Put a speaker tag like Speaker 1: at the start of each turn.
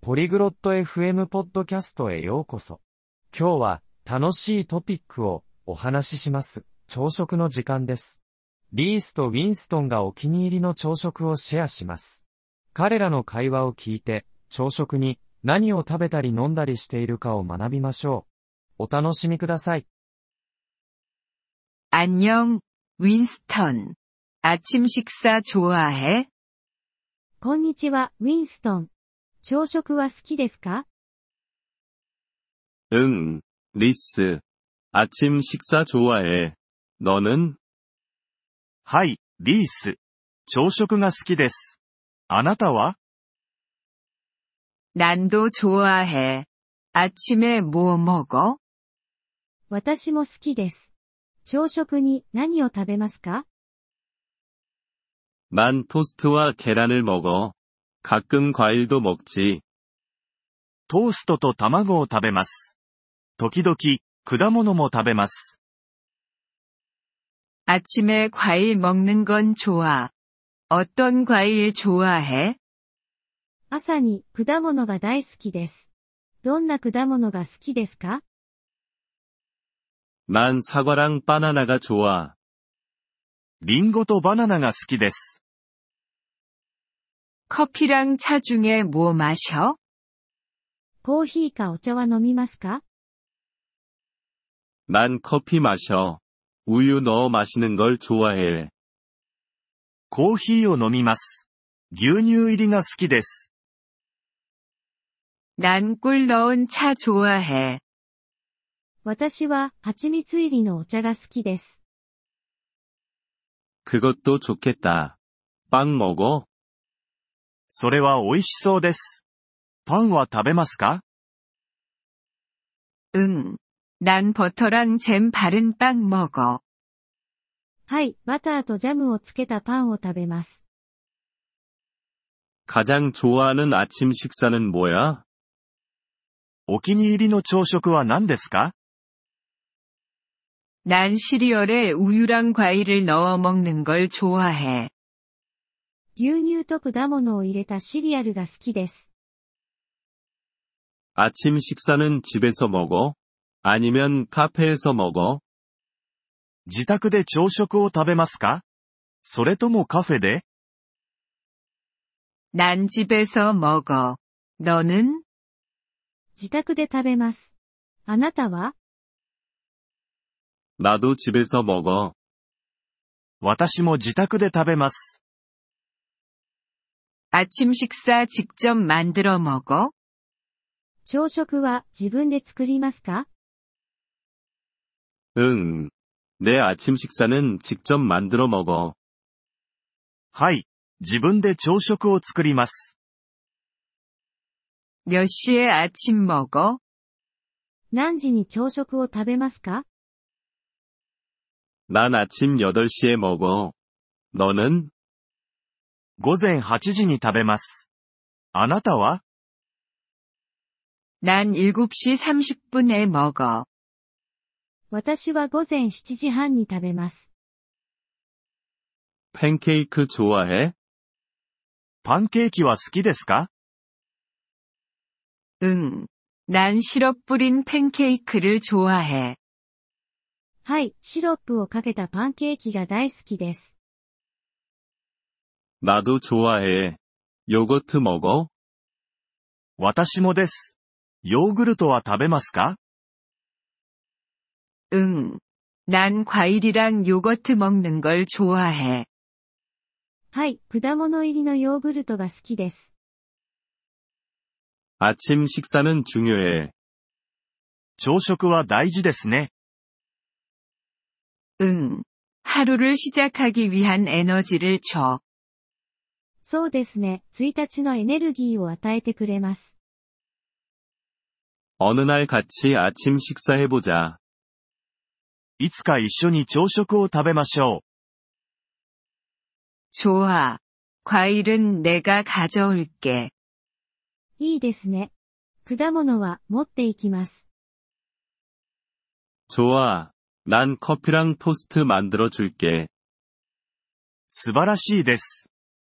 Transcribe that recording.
Speaker 1: ポリグロット FM ポッドキャストへようこそ。今日は楽しいトピックをお話しします。朝食の時間です。リースとウィンストンがお気に入りの朝食をシェアします。彼らの会話を聞いて、朝食に何を食べたり飲んだりしているかを学びましょう。お楽しみください。
Speaker 2: 안 녕、 ウィンストン。아침식사좋아 해
Speaker 3: こんにちは、ウィンストン。朝食は好きですか
Speaker 4: 응、 リス。아침식사좋아 해。 너는
Speaker 5: はい、リース。朝食が好きです。あなたは
Speaker 2: 난도좋아 해。 아침에뭐먹어
Speaker 3: 私も好きです。朝食に何を食べますか
Speaker 4: 난 토스트와 계란을 먹어. 가끔 과일도 먹지.
Speaker 5: トーストと卵を食べます。時々、果物も食べます。
Speaker 2: 아침에 과일 먹는 건 좋아. 어떤 과일 좋아해?
Speaker 3: 朝に果物が大好きです。どんな果物が好きですか
Speaker 4: 난 사과랑 바나나가 좋아.
Speaker 5: リンゴとバナナが好きです。
Speaker 2: 커피랑 차 중에 뭐 마셔?
Speaker 3: コーヒーかお茶は飲みますか
Speaker 4: 난 커피 마셔. 우유 넣어 마시는 걸 좋아해.
Speaker 5: コーヒーを飲みます。牛乳入りが好きです。
Speaker 2: 난꿀넣은차좋아 해。
Speaker 3: 私は蜂蜜入りのお茶が好きです。
Speaker 4: 그것도 좋겠다. 빵 먹어?
Speaker 5: それは美味しそうです。パンは食べますか
Speaker 2: うん。 난 버터랑 잼 바른 빵 먹어.
Speaker 3: はい、バターとジャムをつけたパンを食べます。
Speaker 4: 가장 좋아하는 아침 식사는 뭐야?
Speaker 5: お気に入りの朝食は何ですか
Speaker 2: 난 시리얼에 우유랑 과일을 넣어 먹는 걸 좋아해.
Speaker 3: 牛乳と果物を入れたシリアルが好きです。
Speaker 4: 아침 식사는 집에서 먹어? 아니면 카페에서 먹어?
Speaker 5: 自宅で朝食を食べますかそれともカフェで
Speaker 2: 난 집에서 먹어. 너는
Speaker 3: 自宅で食べます。あなたは
Speaker 4: 나도 집에서 먹어.
Speaker 5: 私も自宅で食べます。
Speaker 2: 아침 식사 직접 만들어 먹어?
Speaker 3: 朝食は自分で作りますか
Speaker 4: 응. 내 아침 식사는 직접 만들어 먹어.
Speaker 5: はい。自分で朝食を作ります。
Speaker 2: 몇 시에 아침 먹어?
Speaker 3: 何時に朝食を食べますか
Speaker 4: 난 아침 8시에 먹어. 너는?
Speaker 5: 午前8時に食べます。あなたは
Speaker 2: 난7시 30분에 먹어.
Speaker 3: 私は午前7時半に食べます。
Speaker 4: 팬케이크 좋아해?
Speaker 5: パンケーキは好きですか
Speaker 2: 응. 난 시럽 뿌린 팬케이크를 좋아해.
Speaker 3: はい、シロップをかけたパンケーキが大好きです。
Speaker 4: 나도 좋아해. 요거트 먹어?
Speaker 5: 私もです。ヨーグルトは食べますか
Speaker 2: 응. 난 과일이랑 요거트 먹는 걸 좋아해.
Speaker 3: はい、果物入りのヨーグルトが好きです。
Speaker 4: 아침 식사는 중요해.
Speaker 5: 朝食は大事ですね。
Speaker 2: 응. 하루를 시작하기 위한 에너지를 줘.
Speaker 3: そうですね。1日のエネルギーを与えてくれます。
Speaker 4: 어느 날 같이 아침 식사해보자.
Speaker 5: いつか一緒に朝食を食べましょう。
Speaker 2: 좋아. 과일은 내가 가져올게.
Speaker 3: いいですね。果物は持っていきます。
Speaker 4: 좋아. 난 커피랑 토스트 만들어 줄게.
Speaker 5: 素晴らしいです。